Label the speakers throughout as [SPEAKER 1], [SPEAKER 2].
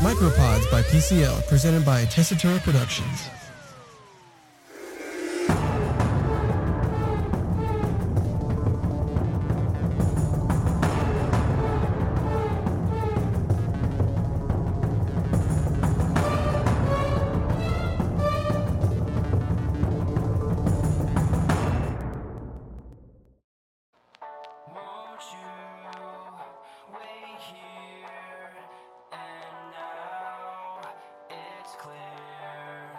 [SPEAKER 1] Micropods by PCL, presented by Tessitura Productions.
[SPEAKER 2] Won't you wait here and now? It's clear.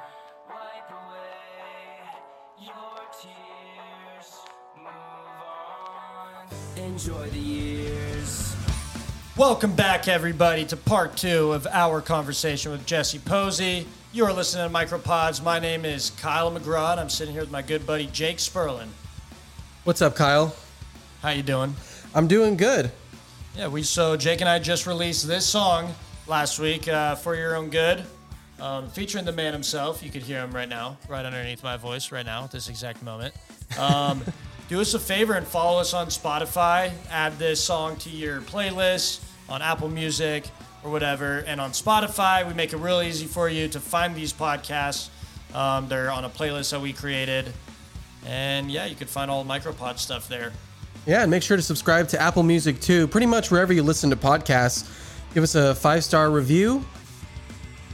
[SPEAKER 2] Wipe away your tears. Move on. Enjoy the years.
[SPEAKER 3] Welcome back, everybody, to part two of our conversation with Jesse Posey. You are listening to Micropods. My name is Kyle McGraw, and I'm sitting here with my good buddy Jake Sperlin.
[SPEAKER 1] What's up, Kyle?
[SPEAKER 3] How you doing?
[SPEAKER 1] I'm doing good.
[SPEAKER 3] Yeah, we so Jake and I just released this song last week uh, for your own good, um, featuring the man himself. You could hear him right now, right underneath my voice, right now at this exact moment. Um, do us a favor and follow us on Spotify. Add this song to your playlist on Apple Music or whatever, and on Spotify we make it real easy for you to find these podcasts. Um, they're on a playlist that we created, and yeah, you could find all the Micropod stuff there.
[SPEAKER 1] Yeah, and make sure to subscribe to Apple Music too. Pretty much wherever you listen to podcasts, give us a five star review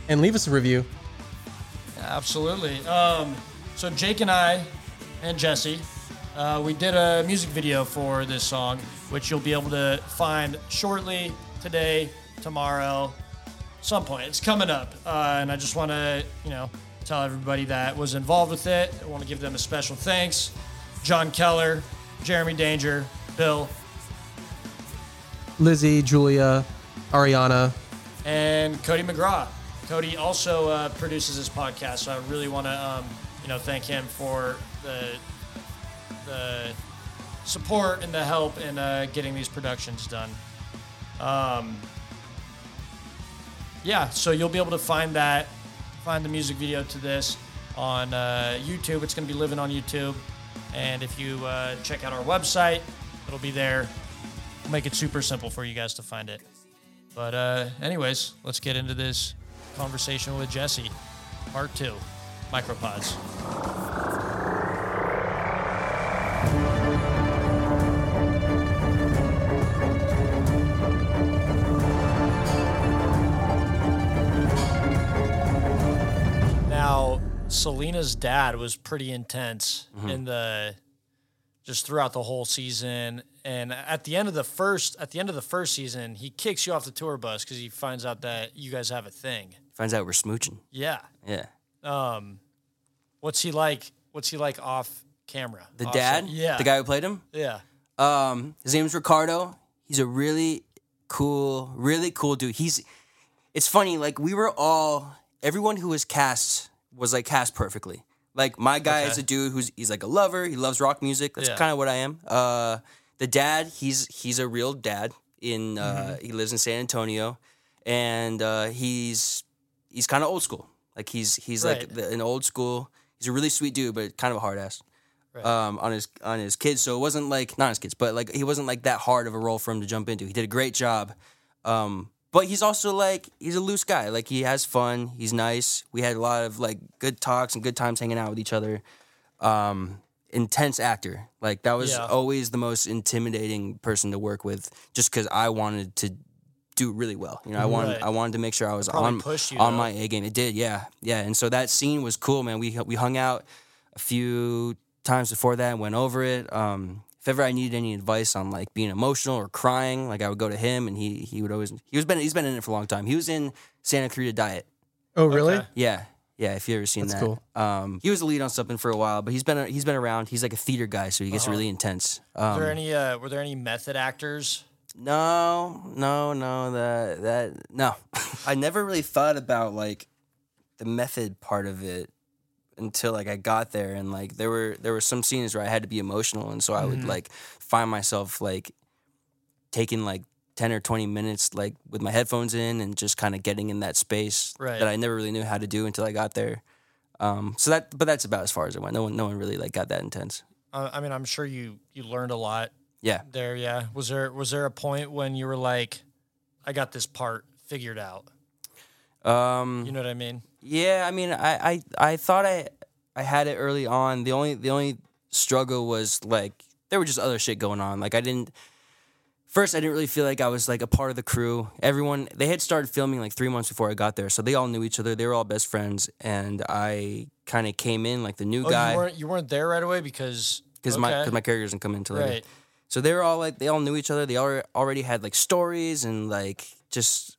[SPEAKER 1] and leave us a review.
[SPEAKER 3] Absolutely. Um, so Jake and I and Jesse, uh, we did a music video for this song, which you'll be able to find shortly today, tomorrow, some point. It's coming up, uh, and I just want to you know tell everybody that was involved with it. I want to give them a special thanks. John Keller, Jeremy Danger, Bill,
[SPEAKER 1] Lizzie, Julia, Ariana.
[SPEAKER 3] and Cody McGraw. Cody also uh, produces this podcast, so I really want to, um, you know, thank him for the the support and the help in uh, getting these productions done. Um, yeah, so you'll be able to find that, find the music video to this on uh, YouTube. It's going to be living on YouTube, and if you uh, check out our website, it'll be there. We'll make it super simple for you guys to find it. But uh, anyways, let's get into this conversation with Jesse, part two, micropods. Now, Selena's dad was pretty intense in the just throughout the whole season. And at the end of the first, at the end of the first season, he kicks you off the tour bus because he finds out that you guys have a thing.
[SPEAKER 4] Finds out we're smooching.
[SPEAKER 3] Yeah.
[SPEAKER 4] Yeah.
[SPEAKER 3] Um, what's he like? What's he like off camera?
[SPEAKER 4] The
[SPEAKER 3] Off-
[SPEAKER 4] dad,
[SPEAKER 3] Yeah.
[SPEAKER 4] the guy who played him.
[SPEAKER 3] Yeah.
[SPEAKER 4] Um, his name's Ricardo. He's a really cool, really cool dude. He's. It's funny. Like we were all, everyone who was cast was like cast perfectly. Like my guy is
[SPEAKER 3] Okay.
[SPEAKER 4] a dude who's he's like a lover. He loves rock music. That's
[SPEAKER 3] Yeah.
[SPEAKER 4] kind of what I am. Uh, the dad, he's he's a real dad. In
[SPEAKER 3] Mm-hmm.
[SPEAKER 4] uh, he lives in San Antonio, and uh, he's he's kind of old school. Like he's he's like
[SPEAKER 3] Right.
[SPEAKER 4] the, an old school. He's a really sweet dude, but kind of a hard ass
[SPEAKER 3] Right.
[SPEAKER 4] um, on his on his kids. So it wasn't like not his kids, but like he wasn't like that hard of a role for him to jump into. He did a great job, um, but he's also like he's a loose guy. Like he has fun. He's nice. We had a lot of like good talks and good times hanging out with each other. Um, intense actor. Like that was
[SPEAKER 3] Yeah.
[SPEAKER 4] always the most intimidating person to work with, just because I wanted to do really well. You know, I wanted
[SPEAKER 3] Mm-hmm. Right.
[SPEAKER 4] I wanted to make sure I was
[SPEAKER 3] probably
[SPEAKER 4] on
[SPEAKER 3] pushed you,
[SPEAKER 4] on
[SPEAKER 3] though.
[SPEAKER 4] my A game. It did, yeah, yeah. And so that scene was cool, man. We we hung out a few times before that and went over it. Um, if ever I needed any advice on like being emotional or crying, like I would go to him, and he he would always he was been he's been in it for a long time. He was in Santa Clarita Diet.
[SPEAKER 1] Oh, really?
[SPEAKER 3] Okay.
[SPEAKER 4] Yeah, yeah. If you ever seen
[SPEAKER 1] That's
[SPEAKER 4] that, um, he was the lead on something for a while, but he's been he's been around. He's like a theater guy, so he
[SPEAKER 3] Uh-huh.
[SPEAKER 4] gets really intense.
[SPEAKER 3] Were
[SPEAKER 4] Um,
[SPEAKER 3] there any? Uh, were there any method actors?
[SPEAKER 4] no, no, no. That that no. I never really thought about like the method part of it until like I got there and like there were there were some scenes where I had to be emotional and so I would like find myself like taking like 10 or 20 minutes like with my headphones in and just kind of getting in that space
[SPEAKER 3] Right.
[SPEAKER 4] that I never really knew how to do until I got there. Um so that but that's about as far as it went. No one no one really like got that intense.
[SPEAKER 3] Uh, I mean, I'm sure you you learned a lot
[SPEAKER 4] Yeah.
[SPEAKER 3] there. Yeah. Was there was there a point when you were like, I got this part figured out?
[SPEAKER 4] Um,
[SPEAKER 3] You know what I mean?
[SPEAKER 4] yeah, I mean, I, I, I thought I I had it early on. The only the only struggle was like there were just other shit going on. Like I didn't first I didn't really feel like I was like a part of the crew. Everyone they had started filming like three months before I got there, so they all knew each other. They were all best friends, and I kind of came in like the new
[SPEAKER 3] Oh,
[SPEAKER 4] guy
[SPEAKER 3] you weren't you weren't there right away because
[SPEAKER 4] because my
[SPEAKER 3] okay.
[SPEAKER 4] because my character doesn't come in until later.
[SPEAKER 3] Right.
[SPEAKER 4] So they were all like they all knew each other. They all already had like stories and like just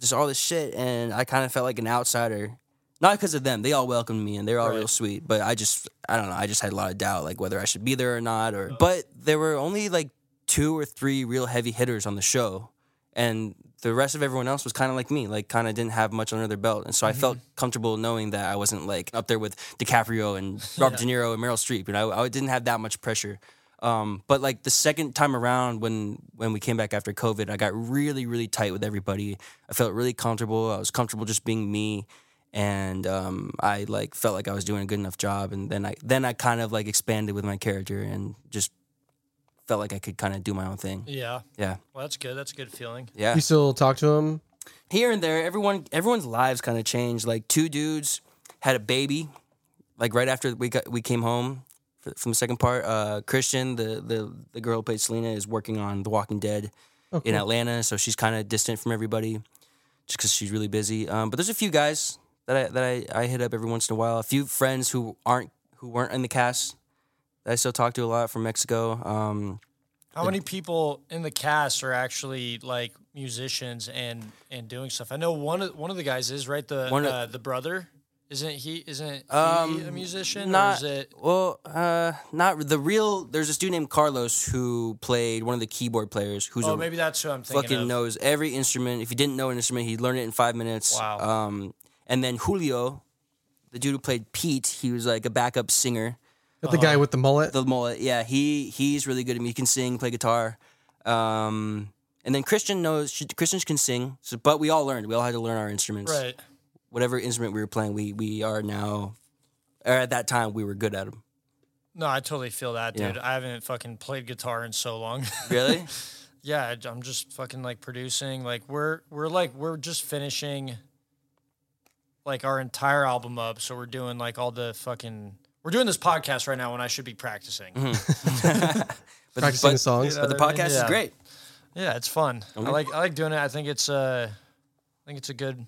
[SPEAKER 4] just all this shit. And I kind of felt like an outsider, not because of them. They all welcomed me and they're all
[SPEAKER 3] Right.
[SPEAKER 4] real sweet. But I just I don't know. I just had a lot of doubt like whether I should be there or not. Or but there were only like two or three real heavy hitters on the show, and the rest of everyone else was kind of like me, like kind of didn't have much under their belt. And so I felt comfortable knowing that I wasn't like up there with DiCaprio and Robert De Niro and Meryl Streep. You know, I, I didn't have that much pressure. Um, but like the second time around, when when we came back after COVID, I got really really tight with everybody. I felt really comfortable. I was comfortable just being me, and um, I like felt like I was doing a good enough job. And then I then I kind of like expanded with my character and just felt like I could kind of do my own thing.
[SPEAKER 3] Yeah.
[SPEAKER 4] Yeah,
[SPEAKER 3] Well, that's good. That's a good feeling.
[SPEAKER 4] yeah.
[SPEAKER 1] You still talk to him?
[SPEAKER 4] here and there, everyone everyone's lives kind of changed. Like two dudes had a baby, like right after we got we came home f- from the second part. Uh, Christian, the the the girl who played Selena, is working on The Walking Dead in Atlanta, so she's kind of distant from everybody just because she's really busy. Um, but there's a few guys that I that I, I hit up every once in a while. A few friends who aren't who weren't in the cast that I still talk to a lot from Mexico. Um,
[SPEAKER 3] How many people in the cast are actually like musicians and and doing stuff? I know one of one of the guys is right. The
[SPEAKER 4] One of-
[SPEAKER 3] uh, the brother isn't he? Isn't he a
[SPEAKER 4] Um,
[SPEAKER 3] musician? or
[SPEAKER 4] not
[SPEAKER 3] is it?
[SPEAKER 4] well uh not the real there's this dude named carlos who played one of the keyboard players who's
[SPEAKER 3] Oh,
[SPEAKER 4] a
[SPEAKER 3] maybe that's who I'm thinking
[SPEAKER 4] fucking
[SPEAKER 3] of.
[SPEAKER 4] knows every instrument if he didn't know an instrument he learned it in five minutes
[SPEAKER 3] Wow.
[SPEAKER 4] um and then julio the dude who played pete he was like a backup singer
[SPEAKER 1] The guy with the mullet?
[SPEAKER 4] Uh-huh. the mullet yeah he he's really good at me he can sing play guitar um and then christian knows she, christian can sing so, but we all learned we all had to learn our instruments
[SPEAKER 3] Right.
[SPEAKER 4] whatever instrument we were playing we we are now or at that time we were good at them
[SPEAKER 3] No, I totally feel that,
[SPEAKER 4] Yeah.
[SPEAKER 3] dude. I haven't fucking played guitar in so long.
[SPEAKER 4] really
[SPEAKER 3] yeah, I- I'm just fucking like producing. Like we're we're like we're just finishing like our entire album up, so we're doing like all the fucking we're doing this podcast right now when I should be practicing.
[SPEAKER 4] but,
[SPEAKER 1] Practicing
[SPEAKER 4] but-
[SPEAKER 1] the songs?
[SPEAKER 4] But the
[SPEAKER 3] what I
[SPEAKER 4] podcast
[SPEAKER 3] mean?
[SPEAKER 4] is
[SPEAKER 3] Yeah.
[SPEAKER 4] great.
[SPEAKER 3] Yeah, it's fun. I like I like doing it. I think it's uh I think it's a good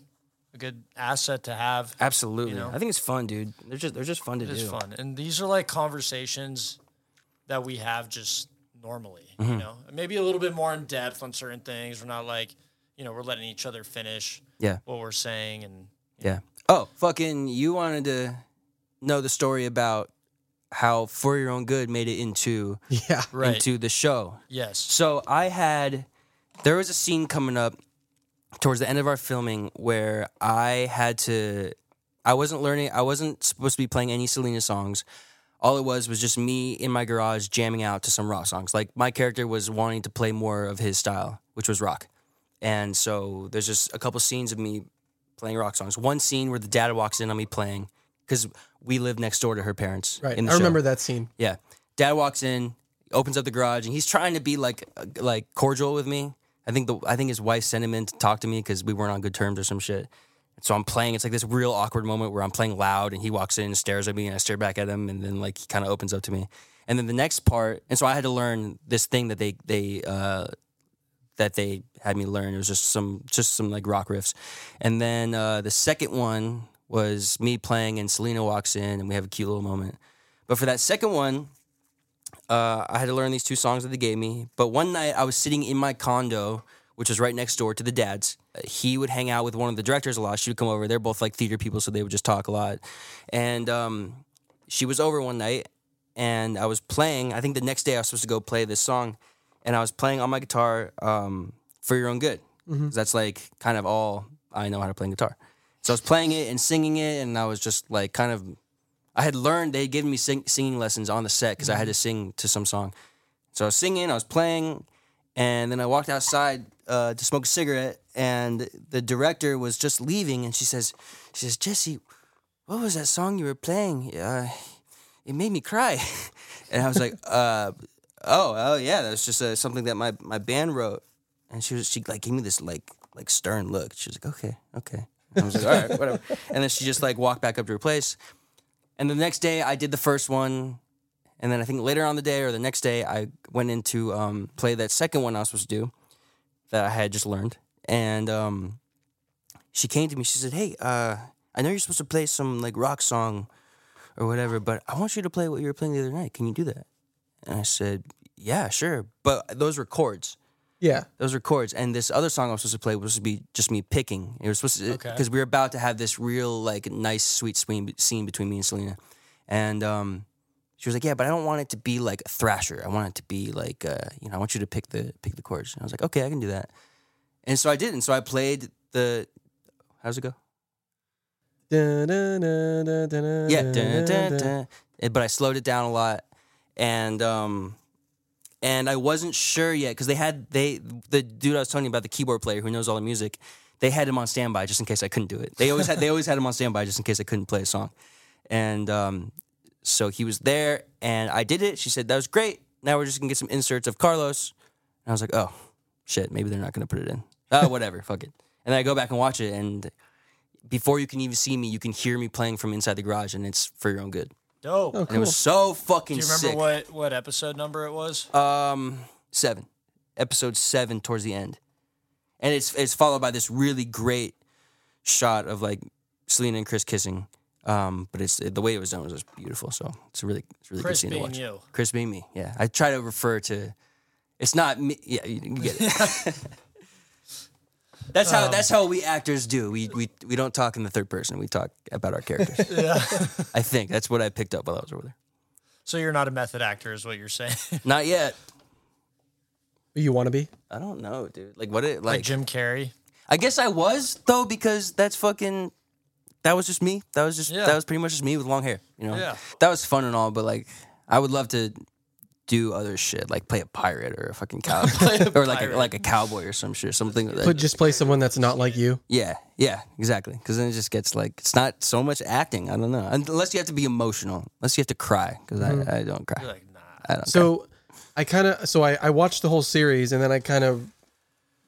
[SPEAKER 3] a good asset to have.
[SPEAKER 4] Absolutely,
[SPEAKER 3] You know?
[SPEAKER 4] I think it's fun, dude. They're just they're just fun to
[SPEAKER 3] It
[SPEAKER 4] do.
[SPEAKER 3] is fun. And these are like conversations that we have just normally,
[SPEAKER 4] Mm-hmm.
[SPEAKER 3] you know, maybe a little bit more in depth on certain things. We're not like, you know, we're letting each other finish
[SPEAKER 4] Yeah,
[SPEAKER 3] what we're saying. And
[SPEAKER 4] yeah. Oh, fucking! You wanted to know the story about how For Your Own Good made it into
[SPEAKER 1] Yeah.
[SPEAKER 3] Right.
[SPEAKER 4] into the show.
[SPEAKER 3] yes,
[SPEAKER 4] So I had there was a scene coming up towards the end of our filming where I had to I wasn't learning I wasn't supposed to be playing any Selena songs. All it was was just me in my garage jamming out to some rock songs. Like my character was wanting to play more of his style, which was rock. And so there's just a couple scenes of me playing rock songs. One scene where the dad walks in on me playing because we live next door to her parents.
[SPEAKER 1] Right.
[SPEAKER 4] In the
[SPEAKER 1] I
[SPEAKER 4] show.
[SPEAKER 1] remember that scene.
[SPEAKER 4] Yeah. Dad walks in, opens up the garage, and he's trying to be like uh, like cordial with me. I think the I think his wife sent him in to talk to me because we weren't on good terms or some shit. And so I'm playing. It's like this real awkward moment where I'm playing loud, and he walks in and stares at me, and I stare back at him, and then like he kind of opens up to me. And then the next part, and so I had to learn this thing that they they uh, that they had me learn. It was just some just some like rock riffs, and then uh, the second one was me playing, and Selena walks in, and we have a cute little moment. But for that second one, uh, I had to learn these two songs that they gave me. But one night I was sitting in my condo, which was right next door to the dad's. Uh, He would hang out with one of the directors a lot. She would come over. They're both like theater people, so they would just talk a lot. And um, she was over one night, and I was playing. I think the next day I was supposed to go play this song, and I was playing on my guitar um, for your own good. 'Cause That's like kind of all I know how to play guitar. So I was playing it and singing it, and I was just like kind of I had learned they had given me sing- singing lessons on the set because I had to sing to some song. So I was singing, I was playing, and then I walked outside uh, to smoke a cigarette. And the director was just leaving, and she says, "She says Jesse, what was that song you were playing? Uh, it made me cry." and I was like, uh, "Oh, oh yeah, that was just uh, something that my my band wrote." And she was she like gave me this like like like stern look. She was like, okay, okay. And I was like, all right, whatever. And then she just like walked back up to her place. And the next day, I did the first one. And then I think later on the day or the next day, I went in to um, play that second one I was supposed to do that I had just learned. And um, she came to me. She said, "Hey, uh, I know you're supposed to play some like rock song or whatever, but I want you to play what you were playing the other night. Can you do that?" And I said, "Yeah, sure." But those were chords.
[SPEAKER 1] Yeah.
[SPEAKER 4] Those were chords. And this other song I was supposed to play was supposed to be just me picking. It was supposed to
[SPEAKER 3] Okay.
[SPEAKER 4] because we were about to have this real like nice sweet swing, scene between me and Selena, and um, she was like, "Yeah, but I don't want it to be like a thrasher. I want it to be like uh, you know, I want you to pick the pick the chords." And I was like, "Okay, I can do that." And so I did, and so I played the. How's it go?
[SPEAKER 1] Dun, dun, dun, dun, dun,
[SPEAKER 4] yeah,
[SPEAKER 1] dun,
[SPEAKER 4] dun,
[SPEAKER 1] dun,
[SPEAKER 4] dun, dun. Eh, but I slowed it down a lot, and um, and I wasn't sure yet because they had they the dude I was telling you about the keyboard player who knows all the music, they had him on standby just in case I couldn't do it. They always had they always had him on standby just in case I couldn't play a song, and um, so he was there and I did it. She said that was great. Now we're just gonna get some inserts of Carlos, and I was like, oh shit, maybe they're not gonna put it in. Oh, whatever, fuck it. And then I go back and watch it and before you can even see me, you can hear me playing from inside the garage, and it's for your own good.
[SPEAKER 3] Dope.
[SPEAKER 1] Oh,
[SPEAKER 4] And it
[SPEAKER 1] cool.
[SPEAKER 4] was so fucking
[SPEAKER 3] Do you remember
[SPEAKER 4] sick.
[SPEAKER 3] what what episode number it was?
[SPEAKER 4] Um, seven, episode seven, towards the end, and it's it's followed by this really great shot of like Selena and Chris kissing. Um, but it's the way it was done was just beautiful. So it's a really it's a really
[SPEAKER 3] Chris
[SPEAKER 4] good scene
[SPEAKER 3] being
[SPEAKER 4] to watch.
[SPEAKER 3] you.
[SPEAKER 4] Chris being me, yeah. I try to refer to. It's not me. Yeah, you, you get it. that's
[SPEAKER 3] Um,
[SPEAKER 4] how that's how we actors do. We we we don't talk in the third person. We talk about our characters. I think that's what I picked up while I was over there.
[SPEAKER 3] So you're not a method actor, is what you're saying?
[SPEAKER 4] Not yet.
[SPEAKER 1] You want to be?
[SPEAKER 4] I don't know, dude. Like what? It,
[SPEAKER 3] like
[SPEAKER 4] like
[SPEAKER 3] Jim Carrey.
[SPEAKER 4] I guess I was though because that's fucking. That was just me. That was just
[SPEAKER 3] Yeah.
[SPEAKER 4] that was pretty much just me with long hair. You know.
[SPEAKER 3] Yeah.
[SPEAKER 4] That was fun and all, but like I would love to do other shit, like play a pirate or a fucking cowboy, or like a,
[SPEAKER 3] pirate.
[SPEAKER 4] like a cowboy or some shit, something. Like
[SPEAKER 1] But
[SPEAKER 4] that.
[SPEAKER 1] just play someone that's not like you.
[SPEAKER 4] Yeah, yeah, exactly. Because then it just gets like it's not so much acting. I don't know. Unless you have to be emotional. Unless you have to cry, because I, I don't cry.
[SPEAKER 3] You're like, nah.
[SPEAKER 4] I don't.
[SPEAKER 1] So I kind of so I, I watched the whole series and then I kind of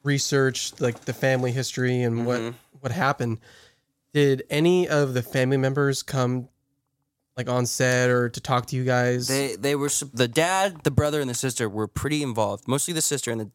[SPEAKER 1] researched like the family history and
[SPEAKER 4] Mm-hmm.
[SPEAKER 1] what what happened. Did any of the family members come like on set or to talk to you guys?
[SPEAKER 4] They they were sup- the dad, the brother, and the sister were pretty involved. Mostly the sister and the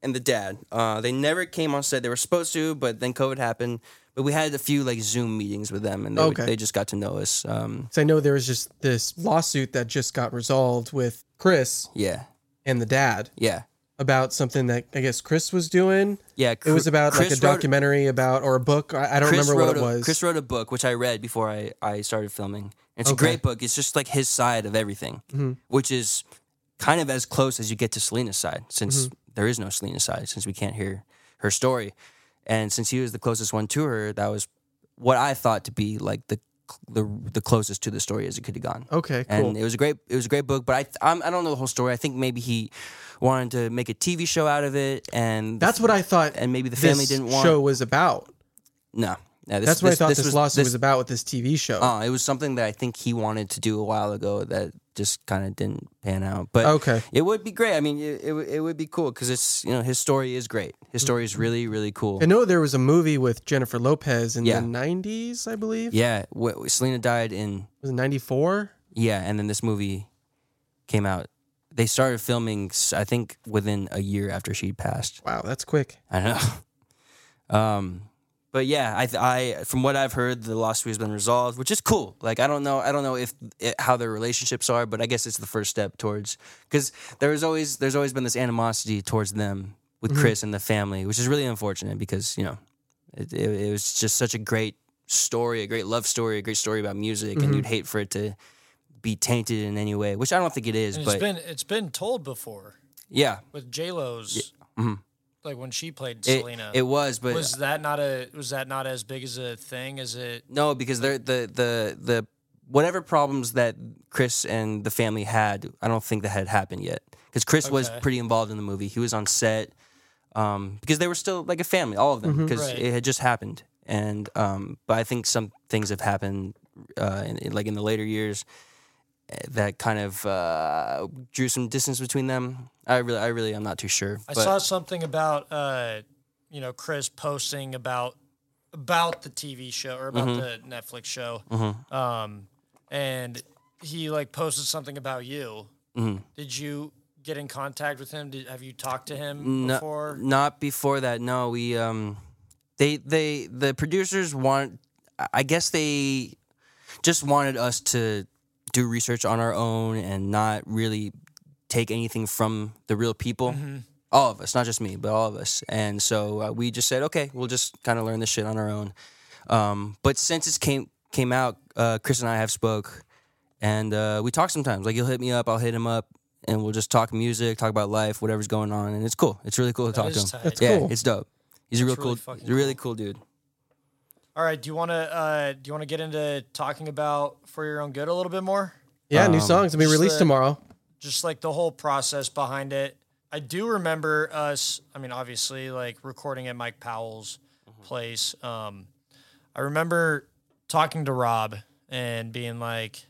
[SPEAKER 4] and the dad. Uh, they never came on set. They were supposed to, but then COVID happened. But we had a few like Zoom meetings with them, and they, would-
[SPEAKER 1] Okay.
[SPEAKER 4] they just got to know us. Um,
[SPEAKER 1] 'Cause I know there was just this lawsuit that just got resolved with Chris
[SPEAKER 4] yeah,
[SPEAKER 1] and the dad
[SPEAKER 4] yeah,
[SPEAKER 1] about something that I guess Chris was doing.
[SPEAKER 4] yeah.
[SPEAKER 1] It was about like a
[SPEAKER 4] document.
[SPEAKER 1] documentary about or a book. I, I don't remember what
[SPEAKER 4] wrote
[SPEAKER 1] it
[SPEAKER 4] a-
[SPEAKER 1] was.
[SPEAKER 4] Chris wrote a book which I read before I, I started filming. It's
[SPEAKER 1] Okay. Mm-hmm.
[SPEAKER 4] a great book. It's just like his side of everything, which is kind of as close as you get to Selena's side, since
[SPEAKER 1] Mm-hmm.
[SPEAKER 4] there is no Selena's side, since we can't hear her story, and since he was the closest one to her, that was what I thought to be like the the the closest to the story as it could have gone.
[SPEAKER 1] okay, Oh, cool.
[SPEAKER 4] And it was a great it was a great book, but I th- I'm, I don't know the whole story. I think maybe he wanted to make a TV show out of it, and
[SPEAKER 1] That's what I thought.
[SPEAKER 4] and maybe the
[SPEAKER 1] this
[SPEAKER 4] family didn't want-
[SPEAKER 1] show was about.
[SPEAKER 4] no. No, this,
[SPEAKER 1] That's what I thought this, lawsuit
[SPEAKER 4] this-
[SPEAKER 1] was about with this TV show.
[SPEAKER 4] Uh, it was something that I think he wanted to do a while ago that just kind of didn't pan out. But
[SPEAKER 1] Okay.
[SPEAKER 4] it would be great. I mean, it, it, would- it would be cool because it's you know his story is great. His story is really really cool.
[SPEAKER 1] I know there was a movie with Jennifer Lopez in
[SPEAKER 4] Yeah.
[SPEAKER 1] the 90s, I believe.
[SPEAKER 4] yeah, wh- Selena died in
[SPEAKER 1] Was it 94?
[SPEAKER 4] yeah, and then this movie came out. They started filming, s- I think, within a year after she passed.
[SPEAKER 1] Wow, that's quick.
[SPEAKER 4] I don't know. Um, but yeah, I, th- I from what I've heard, the lawsuit has been resolved, which is cool. Like I don't know, I don't know if it, how their relationships are, but I guess it's the first step towards because there's always there's always been this animosity towards them with
[SPEAKER 3] Mm-hmm.
[SPEAKER 4] Chris and the family, which is really unfortunate because you know it, it, it was just such a great story, a great love story, a great story about music, and
[SPEAKER 3] Mm-hmm.
[SPEAKER 4] you'd hate for it to be tainted in any way, which I don't think it is,
[SPEAKER 3] And it's
[SPEAKER 4] but
[SPEAKER 3] been it's been told before
[SPEAKER 4] yeah,
[SPEAKER 3] with J Lo's,
[SPEAKER 4] mhm.
[SPEAKER 3] like when she played
[SPEAKER 4] it,
[SPEAKER 3] Selena.
[SPEAKER 4] it was, but
[SPEAKER 3] was that not a was that not as big as a thing as it?
[SPEAKER 4] No, because they're the the the whatever problems that Chris and the family had, I don't think that had happened yet. Because Chris was
[SPEAKER 3] Okay.
[SPEAKER 4] pretty involved in the movie. He was on set um, because they were still like a family, all of them, because
[SPEAKER 3] Mm-hmm. Right.
[SPEAKER 4] it had just happened. And um, but I think some things have happened, uh, in, in- like in the later years, eh, that kind of uh, drew some distance between them. I really, I really, I'm not too sure.
[SPEAKER 3] I
[SPEAKER 4] but-
[SPEAKER 3] saw something about uh, you know Chris posting about about the TV show or about the
[SPEAKER 4] Mm-hmm.
[SPEAKER 3] Netflix show, um, and he like posted something about you.
[SPEAKER 4] Mm-hmm.
[SPEAKER 3] Did you get in contact with him? Did, have you talked to him
[SPEAKER 4] No,
[SPEAKER 3] before?
[SPEAKER 4] not before that. No, we um, they they the producers want. I- I guess they just wanted us to do research on our own and not really take anything from the real people. All of us, not just me, but all of us. And so uh, we just said, okay, we'll just kind of learn this shit on our own. Um, but since it came came out, uh, Chris and I have spoke, and uh, we talk sometimes. Like you'll hit me up, I'll hit him up, and we'll just talk music, talk about life, whatever's going on, and it's cool. It's really cool to talk to him.
[SPEAKER 3] is tight. That's
[SPEAKER 4] yeah,
[SPEAKER 1] cool.
[SPEAKER 4] it's dope. He's a real
[SPEAKER 3] That's
[SPEAKER 4] cool,
[SPEAKER 3] really fucking
[SPEAKER 4] he's a really cool Mm-hmm. dude.
[SPEAKER 3] All right. Do you want to uh, do you want to get into talking about for your own good a little bit more?
[SPEAKER 1] Yeah,
[SPEAKER 4] Um,
[SPEAKER 1] new songs will be
[SPEAKER 3] just
[SPEAKER 1] released
[SPEAKER 3] the-
[SPEAKER 1] tomorrow.
[SPEAKER 3] just like the whole process behind it. I do remember us, I mean, obviously, like recording at Mike Powell's place. Um, I remember talking to Rob and being like,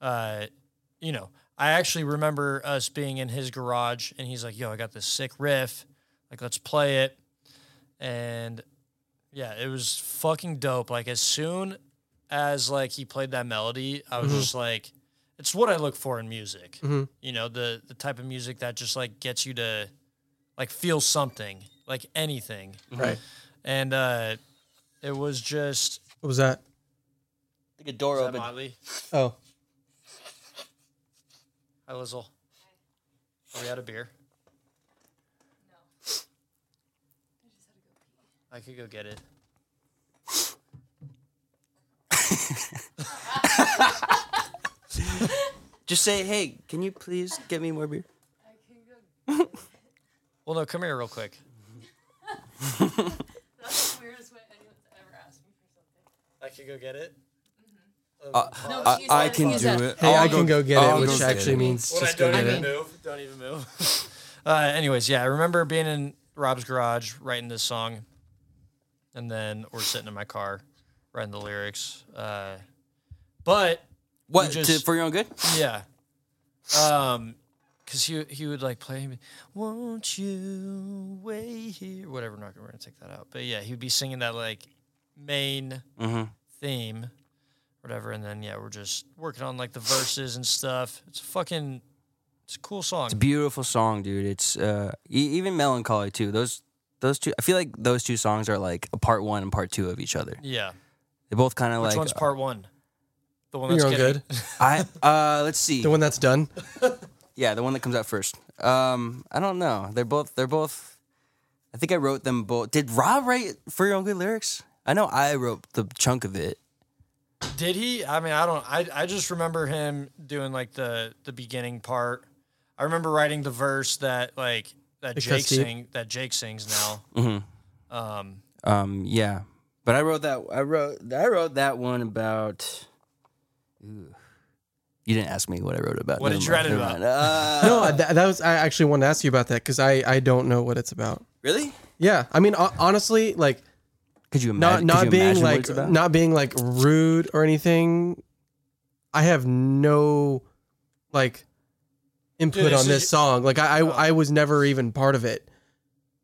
[SPEAKER 3] uh, you know, I actually remember us being in his garage and he's like, yo, I got this sick riff. Like, let's play it. And yeah, it was fucking dope. Like, as soon as like he played that melody, I was just like, it's what I look for in music. You know, the the type of music that just like gets you to like feel something, like anything.
[SPEAKER 4] Mm-hmm.
[SPEAKER 1] Right.
[SPEAKER 3] And uh it was just
[SPEAKER 1] What was that?
[SPEAKER 4] Like a door
[SPEAKER 3] Is that Motley.
[SPEAKER 1] Oh,
[SPEAKER 3] Hi Lizzle. Are we out of beer? No. I could go get it.
[SPEAKER 4] Just say, hey, can you please get me more beer?
[SPEAKER 3] Well, no, come here real quick.
[SPEAKER 5] That's the weirdest way anyone's ever asked me for something.
[SPEAKER 3] I could go get it.
[SPEAKER 5] No,
[SPEAKER 4] I-
[SPEAKER 5] she
[SPEAKER 4] I
[SPEAKER 5] said-
[SPEAKER 4] can
[SPEAKER 5] she
[SPEAKER 4] do
[SPEAKER 5] said-
[SPEAKER 4] it.
[SPEAKER 1] hey,
[SPEAKER 4] I'll
[SPEAKER 1] I can go, get
[SPEAKER 4] I'll
[SPEAKER 1] it,
[SPEAKER 4] go
[SPEAKER 1] which
[SPEAKER 4] get
[SPEAKER 1] actually
[SPEAKER 4] it.
[SPEAKER 1] means
[SPEAKER 3] Well,
[SPEAKER 1] just
[SPEAKER 3] I
[SPEAKER 1] go
[SPEAKER 3] don't
[SPEAKER 1] get
[SPEAKER 3] even
[SPEAKER 1] it.
[SPEAKER 3] move. Don't even move. uh, anyways, yeah, I remember being in Rob's garage writing this song, and then we're sitting in my car writing the lyrics. Uh, but
[SPEAKER 4] What
[SPEAKER 3] just-
[SPEAKER 4] to, for your own good?
[SPEAKER 3] yeah, um, because he he would like play me, "Won't you wait here?" Whatever. Not gonna, we're gonna take that out. But yeah, he would be singing that like main theme, whatever. And then yeah, we're just working on like the verses and stuff. It's a fucking. It's a cool song.
[SPEAKER 4] Beautiful song, dude. It's uh, e- even melancholy too. Those those two. I feel like those two songs are like a part one and part two of each other.
[SPEAKER 3] Yeah.
[SPEAKER 4] They both kind of
[SPEAKER 3] Which
[SPEAKER 4] like.
[SPEAKER 3] one's part one? The one that's
[SPEAKER 1] uh, You're all
[SPEAKER 3] getting,
[SPEAKER 1] good.
[SPEAKER 4] I uh, let's see.
[SPEAKER 1] The one that's done.
[SPEAKER 4] yeah, the one that comes out first. Um, I don't know. They're both. They're both. I think I wrote them both. Did Rob write for your own good lyrics? I know I wrote the chunk of it.
[SPEAKER 3] Did he? I mean, I don't. I I just remember him doing like the the beginning part. I remember writing the verse that like that
[SPEAKER 1] It
[SPEAKER 3] Jake
[SPEAKER 1] cuts deep. Mm-hmm.
[SPEAKER 3] sing that Jake sings now. Um,
[SPEAKER 4] Um, yeah, but I wrote that. I wrote. I wrote that one about. Ooh. You didn't ask me what I wrote about.
[SPEAKER 3] What did you write it
[SPEAKER 4] never
[SPEAKER 3] about?
[SPEAKER 4] mind. Uh,
[SPEAKER 1] No, I- that, that was. I actually wanted to ask you about that because I I don't know what it's about.
[SPEAKER 4] really?
[SPEAKER 1] Yeah, I mean, ho- honestly, like
[SPEAKER 4] Could you
[SPEAKER 1] not
[SPEAKER 4] imagine?
[SPEAKER 1] not being
[SPEAKER 4] what
[SPEAKER 1] like
[SPEAKER 4] it's about?
[SPEAKER 1] not being like rude or anything. I have no like input
[SPEAKER 3] Dude, this
[SPEAKER 1] on this
[SPEAKER 3] is-
[SPEAKER 1] song. Like I, I I was never even part of it.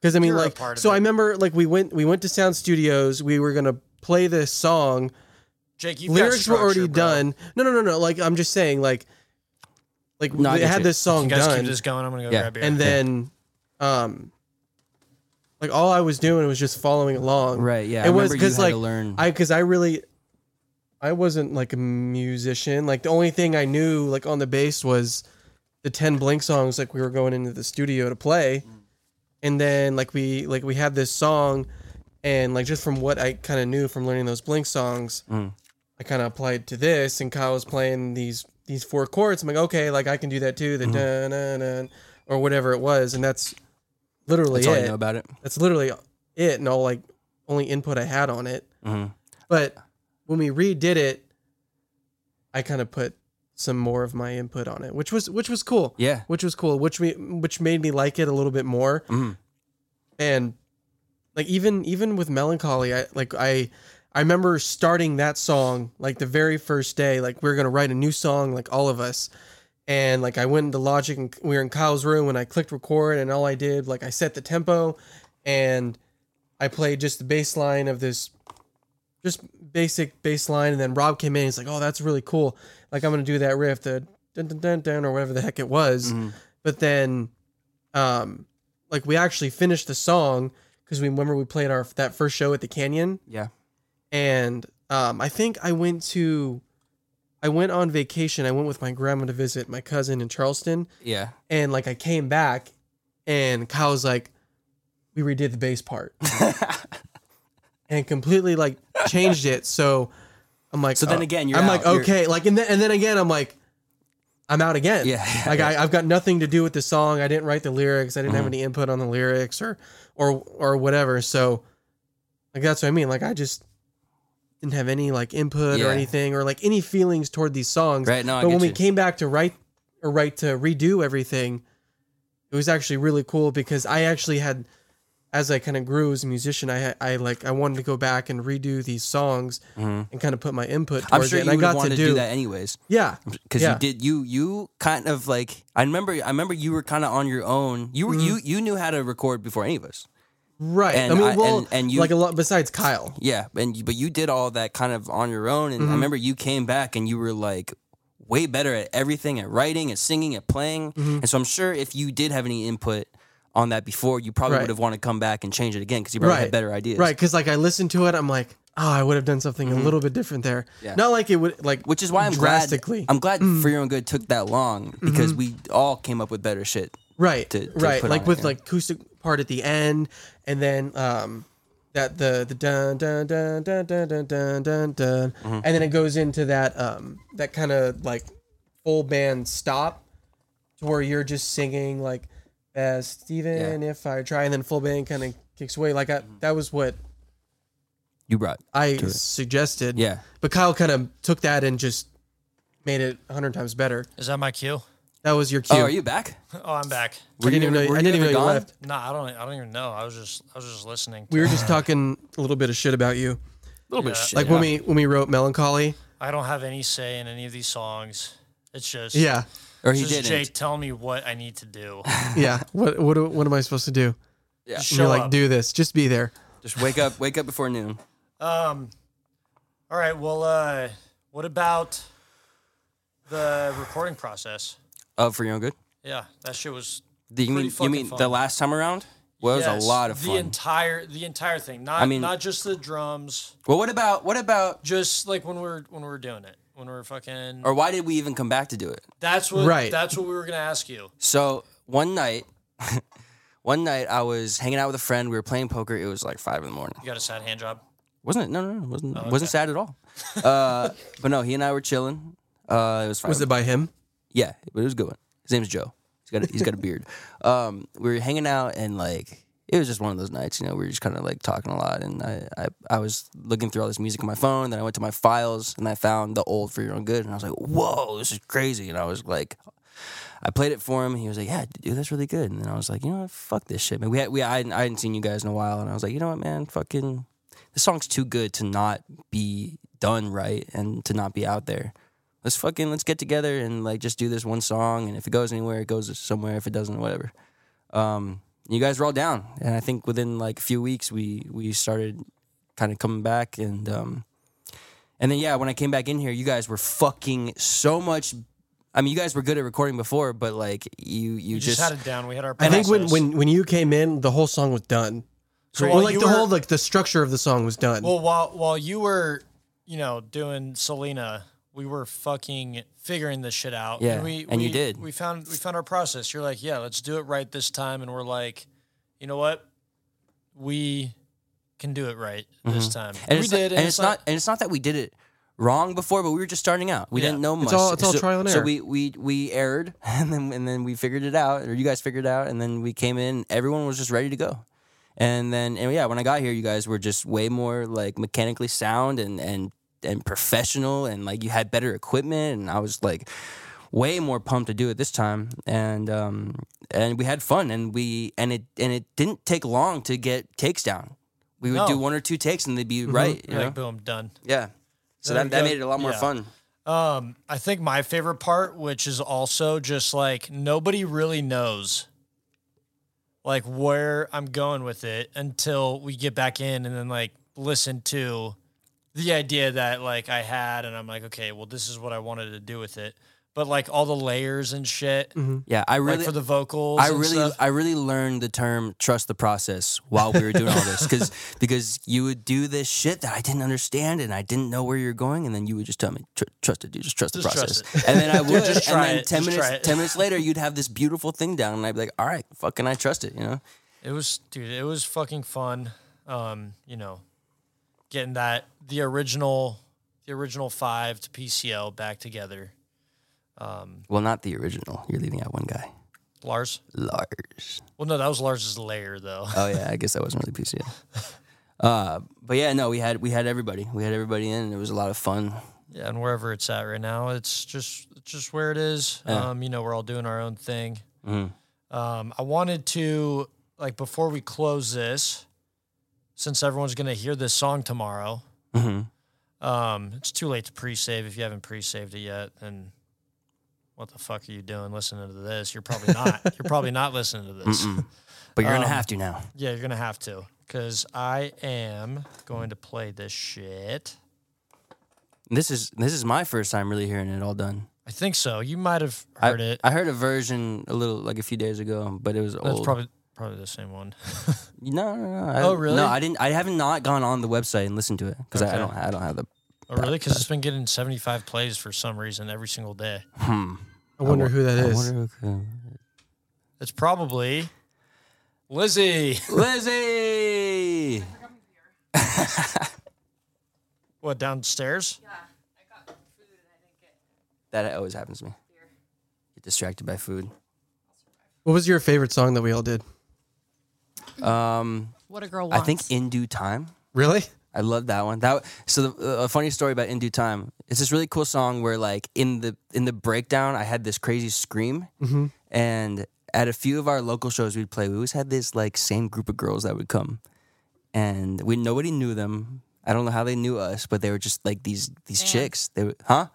[SPEAKER 1] Because I mean,
[SPEAKER 3] You were a
[SPEAKER 1] like,
[SPEAKER 3] part of
[SPEAKER 1] so
[SPEAKER 3] it.
[SPEAKER 1] I remember like we went we went to Sound Studios. We were gonna play this song.
[SPEAKER 3] Jake, you
[SPEAKER 1] Lyrics were already
[SPEAKER 3] bro.
[SPEAKER 1] done. No, no, no, no. Like I'm just saying, like, like
[SPEAKER 4] No, I
[SPEAKER 1] they
[SPEAKER 4] get
[SPEAKER 1] had
[SPEAKER 4] you.
[SPEAKER 1] this
[SPEAKER 3] You
[SPEAKER 1] song
[SPEAKER 3] guys
[SPEAKER 1] done
[SPEAKER 3] keep this going. I'm gonna go
[SPEAKER 4] Yeah.
[SPEAKER 3] grab beer.
[SPEAKER 1] and then um like all i was doing was just following along
[SPEAKER 4] Right, yeah, I
[SPEAKER 1] it was
[SPEAKER 4] remember you
[SPEAKER 1] because
[SPEAKER 4] had
[SPEAKER 1] like
[SPEAKER 4] to learn.
[SPEAKER 1] i because i really i wasn't like a musician like the only thing i knew like on the bass was the 10 blink songs like we were going into the studio to play and then like we like we had this song and like just from what i kind of knew from learning those blink songs
[SPEAKER 4] Mm.
[SPEAKER 1] i kind of applied to this and kyle was playing these these four chords i'm like okay like i can do that too the
[SPEAKER 4] Mm-hmm.
[SPEAKER 1] dun dun dun or whatever it was and that's literally
[SPEAKER 4] That's all
[SPEAKER 1] it
[SPEAKER 4] you know about it.
[SPEAKER 1] that's literally it and all like only input i had on it
[SPEAKER 4] Mhm.
[SPEAKER 1] but when we redid it i kind of put some more of my input on it which was which was cool
[SPEAKER 4] Yeah.
[SPEAKER 1] which was cool which we which made me like it a little bit more
[SPEAKER 4] Mhm.
[SPEAKER 1] and like even even with melancholy i like i i remember starting that song like the very first day like we are gonna write a new song like all of us and like i went into logic and we were in kyle's room and i clicked record and all i did like i set the tempo and I played just the bass line of this just basic bass line and then Rob came in he's like, "Oh, that's really cool. Like I'm going to do that riff the dun dun dun dun or whatever the heck it was." But then um like we actually finished the song because we remember we played our that first show at the Canyon
[SPEAKER 4] Yeah.
[SPEAKER 1] and um, I think I went to, I went on vacation. I went with my grandma to visit my cousin in Charleston,
[SPEAKER 4] Yeah.
[SPEAKER 1] and like I came back, and Kyle's like, we redid the bass part, and completely like changed it. So I'm like,
[SPEAKER 4] So then
[SPEAKER 1] uh,
[SPEAKER 4] again, you're
[SPEAKER 1] I'm
[SPEAKER 4] out.
[SPEAKER 1] like,
[SPEAKER 4] You're-
[SPEAKER 1] okay, like, and then and then again, I'm like. I'm out again.
[SPEAKER 4] Yeah.
[SPEAKER 1] like I, I've got nothing to do with the song. I didn't write the lyrics. I didn't
[SPEAKER 4] Mm-hmm.
[SPEAKER 1] have any input on the lyrics or, or, or whatever. So, like that's what I mean. Like I just didn't have any like input
[SPEAKER 4] Yeah.
[SPEAKER 1] or anything or like any feelings toward these songs.
[SPEAKER 4] Right, no, I
[SPEAKER 1] but
[SPEAKER 4] get
[SPEAKER 1] when
[SPEAKER 4] you.
[SPEAKER 1] we came back to write or write to redo everything, it was actually really cool because I actually had, as I kind of grew as a musician, I had, I like I wanted to go back and redo these songs and kind of put my input.
[SPEAKER 4] Mm-hmm. I'm
[SPEAKER 1] Towards
[SPEAKER 4] sure
[SPEAKER 1] it. And
[SPEAKER 4] you
[SPEAKER 1] I
[SPEAKER 4] would
[SPEAKER 1] got
[SPEAKER 4] want
[SPEAKER 1] to
[SPEAKER 4] to
[SPEAKER 1] do,
[SPEAKER 4] do that anyways.
[SPEAKER 1] Yeah,
[SPEAKER 4] because
[SPEAKER 1] Yeah.
[SPEAKER 4] you did you you kind of like I remember I remember you were kind of on your own. You
[SPEAKER 1] Mm-hmm.
[SPEAKER 4] were you you knew how to record before any of us.
[SPEAKER 1] right.
[SPEAKER 4] And
[SPEAKER 1] I mean,
[SPEAKER 4] I-
[SPEAKER 1] well,
[SPEAKER 4] and- and you-
[SPEAKER 1] like a lot besides Kyle.
[SPEAKER 4] Yeah, and you- but you did all that kind of on your own.
[SPEAKER 1] Mm-hmm.
[SPEAKER 4] And I remember you came back and you were like way better at everything, at writing, at singing, at playing.
[SPEAKER 1] Mm-hmm.
[SPEAKER 4] And so I'm sure if you did have any input on that before, you probably
[SPEAKER 1] Right.
[SPEAKER 4] would have wanted to come back and change it again because you probably had better ideas. Mm-hmm.
[SPEAKER 1] Right, because like I listened to it, I'm like, oh, I would have done something a little bit different there.
[SPEAKER 4] Yeah.
[SPEAKER 1] Not like it would like
[SPEAKER 4] Which is why I'm
[SPEAKER 1] drastically. Mm. Mm-hmm.
[SPEAKER 4] glad I'm glad for your own good took that long because we all came up with better shit.
[SPEAKER 1] right,
[SPEAKER 4] to- to
[SPEAKER 1] right,
[SPEAKER 4] put
[SPEAKER 1] like
[SPEAKER 4] on it,
[SPEAKER 1] with
[SPEAKER 4] yeah.
[SPEAKER 1] like acoustic part at the end, and then um that the the dun dun dun dun dun dun dun dun, dun
[SPEAKER 4] Mm-hmm.
[SPEAKER 1] and then it goes into that um that kind of like full band stop to where you're just singing like best even if I try, and then full band kind of kicks away. Like I, that was what
[SPEAKER 4] You brought
[SPEAKER 1] I suggested.
[SPEAKER 4] Yeah.
[SPEAKER 1] But Kyle kind of took that and just made it a hundred times better.
[SPEAKER 3] Is that my cue?
[SPEAKER 1] That was your cue.
[SPEAKER 4] Oh, are you back?
[SPEAKER 3] Oh, I'm back.
[SPEAKER 1] I didn't even know.
[SPEAKER 4] were
[SPEAKER 1] I didn't
[SPEAKER 4] ever
[SPEAKER 1] even know you
[SPEAKER 4] gone?
[SPEAKER 1] left.
[SPEAKER 3] No, I don't. I don't even know. I was just. I was just listening.
[SPEAKER 1] We were just talking a little bit of shit about you.
[SPEAKER 4] A little bit of shit.
[SPEAKER 1] Like when we when we wrote Melancholy.
[SPEAKER 3] I don't have any say in any of these songs. It's just
[SPEAKER 1] Yeah,
[SPEAKER 4] or
[SPEAKER 3] It's
[SPEAKER 4] he
[SPEAKER 3] just
[SPEAKER 4] didn't.
[SPEAKER 3] Jake, tell me what I need to do.
[SPEAKER 1] yeah. What what do- what am I supposed to do?
[SPEAKER 3] Just
[SPEAKER 1] And you're
[SPEAKER 3] Show
[SPEAKER 1] like,
[SPEAKER 3] up.
[SPEAKER 1] do this. Just be there.
[SPEAKER 4] Just wake up, wake up before noon.
[SPEAKER 3] Um. All right. Well, uh, what about the recording process?
[SPEAKER 4] Oh, for your own good.
[SPEAKER 3] Yeah, that shit was.
[SPEAKER 4] Do you
[SPEAKER 3] Pretty
[SPEAKER 4] mean you
[SPEAKER 3] fucking
[SPEAKER 4] mean the
[SPEAKER 3] fun.
[SPEAKER 4] last time around? Well, it
[SPEAKER 3] Yes,
[SPEAKER 4] was a lot of
[SPEAKER 3] The
[SPEAKER 4] fun.
[SPEAKER 3] entire the entire thing. Not
[SPEAKER 4] I mean-
[SPEAKER 3] not just the drums.
[SPEAKER 4] well, what about what about
[SPEAKER 3] Just like when we we're when we we're doing it. When we we're fucking.
[SPEAKER 4] or why did we even come back to do it?
[SPEAKER 3] that's what.
[SPEAKER 1] Right.
[SPEAKER 3] That's what we were gonna ask you.
[SPEAKER 4] So one night, one night I was hanging out with a friend. We were playing poker. It was like five in the morning.
[SPEAKER 3] You got a sad hand job.
[SPEAKER 4] Wasn't it? No, no, no. wasn't wasn't sad at all. uh, but no, he and I were chilling. Uh, it was five.
[SPEAKER 1] Was it by him?
[SPEAKER 4] Yeah, but it was a good one. His name's Joe. He's got a, he's got a beard. Um, we were hanging out and like it was just one of those nights, you know. We were just kind of like talking a lot, and I, I I was looking through all this music on my phone. Then I went to my files and I found the old "For Your Own Good," and I was like, "Whoa, this is crazy!" And I was like, I played it for him. He was like, "Yeah, dude, that's really good." And then I was like, "You know what? Fuck this shit, man." We had we I hadn't, I hadn't seen you guys in a while, and I was like, "You know what, man? Fucking this song's too good to not be done right and to not be out there. Let's fucking let's get together and like just do this one song. And if it goes anywhere, it goes somewhere. If it doesn't, whatever." Um, you guys were all down, and I think within like a few weeks, we we started kind of coming back and um and then yeah when i came back in here you guys were fucking so much i mean you guys were good at recording before but like you you,
[SPEAKER 3] You
[SPEAKER 4] just,
[SPEAKER 3] just, had it down. We had our.
[SPEAKER 1] I think
[SPEAKER 3] Process.
[SPEAKER 1] when when when you came in, the whole song was done.
[SPEAKER 3] So
[SPEAKER 1] Well,
[SPEAKER 3] while
[SPEAKER 1] like
[SPEAKER 3] you
[SPEAKER 1] the
[SPEAKER 3] were- Oh.
[SPEAKER 1] whole like the structure of the song was done.
[SPEAKER 3] Well, while while you were, you know, doing Selena, we were fucking figuring this shit out.
[SPEAKER 4] Yeah,
[SPEAKER 3] we,
[SPEAKER 4] and
[SPEAKER 3] we,
[SPEAKER 4] you did.
[SPEAKER 3] We found we found our process. You're like, yeah, let's do it right this time, and we're like, you know what, we can do it right this time.
[SPEAKER 4] Mm-hmm. and
[SPEAKER 3] we
[SPEAKER 4] it's
[SPEAKER 3] did,
[SPEAKER 4] not, and it's not and it's not that we did it wrong before but we were just starting out we
[SPEAKER 3] Yeah.
[SPEAKER 4] didn't know much
[SPEAKER 1] all- it's all
[SPEAKER 4] so,
[SPEAKER 1] trial and
[SPEAKER 4] so
[SPEAKER 1] error.
[SPEAKER 4] we we we erred and then and then we figured it out or you guys figured it out and then we came in everyone was just ready to go and then and yeah when i got here you guys were just way more like mechanically sound and and and professional and like you had better equipment and i was like way more pumped to do it this time and um and we had fun and we and it and it didn't take long to get takes down we would
[SPEAKER 3] No.
[SPEAKER 4] do one or two takes and they'd be right you
[SPEAKER 3] You're
[SPEAKER 4] know?
[SPEAKER 3] like, boom, done.
[SPEAKER 4] yeah so that,
[SPEAKER 3] There we
[SPEAKER 4] that
[SPEAKER 3] go.
[SPEAKER 4] made it a lot more
[SPEAKER 3] Yeah.
[SPEAKER 4] fun
[SPEAKER 3] Um, I think my favorite part, which is also just like nobody really knows like where I'm going with it until we get back in and then like listen to the idea that like I had and I'm like, okay, well this is what I wanted to do with it. But like all the layers and shit,
[SPEAKER 4] Yeah, I really
[SPEAKER 3] like for the vocals.
[SPEAKER 4] I
[SPEAKER 3] and
[SPEAKER 4] really,
[SPEAKER 3] stuff.
[SPEAKER 4] I really learned the term "trust the process" while we were doing all this, because because you would do this shit that I didn't understand and I didn't know where you're going, and then you would just tell me, "Tr- "Trust it, dude. Just trust the
[SPEAKER 3] Just
[SPEAKER 4] process."
[SPEAKER 3] trust
[SPEAKER 4] And then I would,
[SPEAKER 3] just
[SPEAKER 4] and
[SPEAKER 3] try
[SPEAKER 4] then
[SPEAKER 3] it,
[SPEAKER 4] ten
[SPEAKER 3] just
[SPEAKER 4] minutes,
[SPEAKER 3] try it.
[SPEAKER 4] ten minutes later, you'd have this beautiful thing down, and I'd be like, "All right, fucking, I trust it," you know.
[SPEAKER 3] It was, dude. It was fucking fun. Um, you know, getting that the original, the original five to PCL back together.
[SPEAKER 4] Well, not the original. You're leaving out one guy,
[SPEAKER 3] Lars.
[SPEAKER 4] Lars.
[SPEAKER 3] Well, no, that was Lars's layer though.
[SPEAKER 4] Oh yeah, I guess that wasn't really PCL. Uh, but yeah, no, we had we had everybody. We had everybody in, and it was a lot of fun.
[SPEAKER 3] Yeah, and wherever it's at right now, it's just it's just where it is. Um, you know, we're all doing our own thing. Um, I wanted to like before we close this, since everyone's gonna hear this song tomorrow.
[SPEAKER 4] Mhm.
[SPEAKER 3] Um, it's too late to pre-save if you haven't pre-saved it yet. And what the fuck are you doing listening to this? You're probably not. you're probably not listening to this.
[SPEAKER 4] But you're
[SPEAKER 3] Um,
[SPEAKER 4] gonna have to now.
[SPEAKER 3] Yeah, you're gonna have to because I am going to play this shit.
[SPEAKER 4] This is this is my first time really hearing it all done.
[SPEAKER 3] I think so. You might have
[SPEAKER 4] I-
[SPEAKER 3] heard it.
[SPEAKER 4] I heard a version a little like a few days ago, but it was
[SPEAKER 3] That's
[SPEAKER 4] old.
[SPEAKER 3] probably probably the same one.
[SPEAKER 4] no, no, no. I,
[SPEAKER 3] Oh, really?
[SPEAKER 4] No, I didn't. I haven't not gone on the website and listened to it because I,
[SPEAKER 3] Okay.
[SPEAKER 4] don't. I don't have the.
[SPEAKER 3] Oh, really? Because it's been getting 75 plays for some reason every single day.
[SPEAKER 4] Hmm.
[SPEAKER 1] I wonder who that
[SPEAKER 4] I
[SPEAKER 1] is.
[SPEAKER 4] wonder who-
[SPEAKER 3] It's probably Lizzie.
[SPEAKER 4] Lizzie.
[SPEAKER 3] What, downstairs?
[SPEAKER 5] I got food and I didn't get
[SPEAKER 4] That always happens to me. Get distracted by food.
[SPEAKER 1] What was your favorite song that we all did?
[SPEAKER 4] Um,
[SPEAKER 5] what a girl
[SPEAKER 4] I
[SPEAKER 5] wants.
[SPEAKER 4] think in due time.
[SPEAKER 1] Really?
[SPEAKER 4] I love that one. That so the, a funny story about In Due Time. It's this really cool song where like in the in the breakdown, I had this crazy scream,
[SPEAKER 1] Mm-hmm.
[SPEAKER 4] and at a few of our local shows we'd play, we always had this like same group of girls that would come, and we nobody knew them. I don't know how they knew us, but they were just like these these
[SPEAKER 5] Fans.
[SPEAKER 4] chicks. They were, huh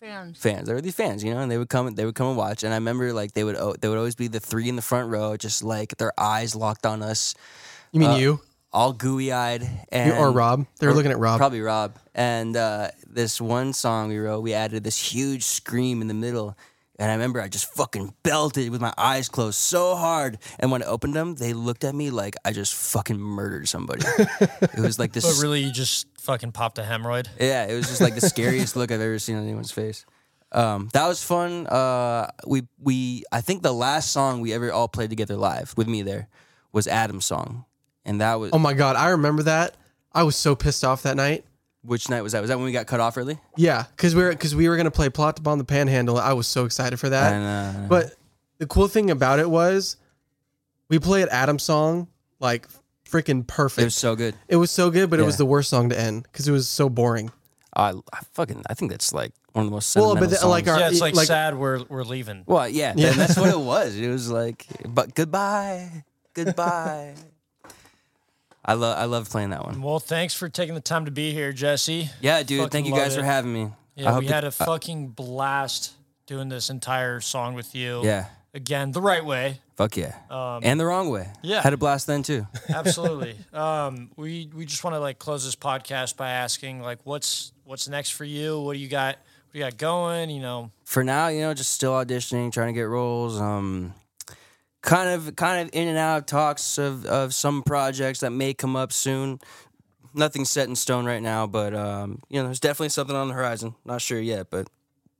[SPEAKER 5] fans.
[SPEAKER 4] fans. They were these fans, you know, and they would come they would come and watch. And I remember like they would o- they would always be the three in the front row, just like their eyes locked on us,
[SPEAKER 1] You mean you?
[SPEAKER 4] all gooey eyed.
[SPEAKER 1] you?
[SPEAKER 4] Uh, And
[SPEAKER 1] Or Rob? They were
[SPEAKER 4] or
[SPEAKER 1] looking at Rob.
[SPEAKER 4] Probably Rob. And uh, this one song we wrote, we added this huge scream in the middle. And I remember I just fucking belted with my eyes closed so hard. And when I opened them, they looked at me like I just fucking murdered somebody. it was like
[SPEAKER 3] But
[SPEAKER 1] Oh,
[SPEAKER 4] this.
[SPEAKER 3] really, you just fucking popped a hemorrhoid.
[SPEAKER 4] yeah, it was just like the scariest look I've ever seen on anyone's face. Um, that was fun. Uh, we we I think the last song we ever all played together live with me there was Adam's song, and that was
[SPEAKER 1] Oh my god, I remember that. I was so pissed off that night.
[SPEAKER 4] which night was that? Was that when we got cut off early?
[SPEAKER 1] Yeah, because we were because we were gonna play Plot to Bomb the Panhandle. I was so excited for that.
[SPEAKER 4] know, I know.
[SPEAKER 1] But the cool thing about it was we played Adam's song like freaking perfect.
[SPEAKER 4] It was so good.
[SPEAKER 1] so good, but it was
[SPEAKER 4] Yeah.
[SPEAKER 1] the worst song to end because it was so boring.
[SPEAKER 4] I, I fucking I think that's like one of the most
[SPEAKER 1] Well,
[SPEAKER 4] sentimental
[SPEAKER 1] but the- like
[SPEAKER 4] songs.
[SPEAKER 1] our-
[SPEAKER 3] Yeah, it's like,
[SPEAKER 1] like-
[SPEAKER 3] sad we're, we're leaving.
[SPEAKER 4] well, yeah, and that's what it was. It was like, but goodbye, goodbye. I love I love playing that one.
[SPEAKER 3] Well, thanks for taking the time to be here, Jesse.
[SPEAKER 4] Yeah, dude.
[SPEAKER 3] Fucking
[SPEAKER 4] thank you
[SPEAKER 3] love
[SPEAKER 4] guys
[SPEAKER 3] it.
[SPEAKER 4] for having me. I
[SPEAKER 3] Yeah,
[SPEAKER 4] hope
[SPEAKER 3] we
[SPEAKER 4] that-
[SPEAKER 3] had a
[SPEAKER 4] uh,
[SPEAKER 3] fucking blast doing this entire song with you.
[SPEAKER 4] yeah.
[SPEAKER 3] Again, the right way.
[SPEAKER 4] Fuck yeah. and the wrong way.
[SPEAKER 3] Um, yeah.
[SPEAKER 4] Had a blast then too.
[SPEAKER 3] Absolutely. um, we we just want to like close this podcast by asking like what's what's next for you? What do you got? What do you got going? You know,
[SPEAKER 4] for now, you know, just still auditioning, trying to get roles. Um, kind of, kind of in and out of talks of, of some projects that may come up soon. Nothing set in stone right now, but um, you know, there's definitely something on the horizon. Not sure yet, but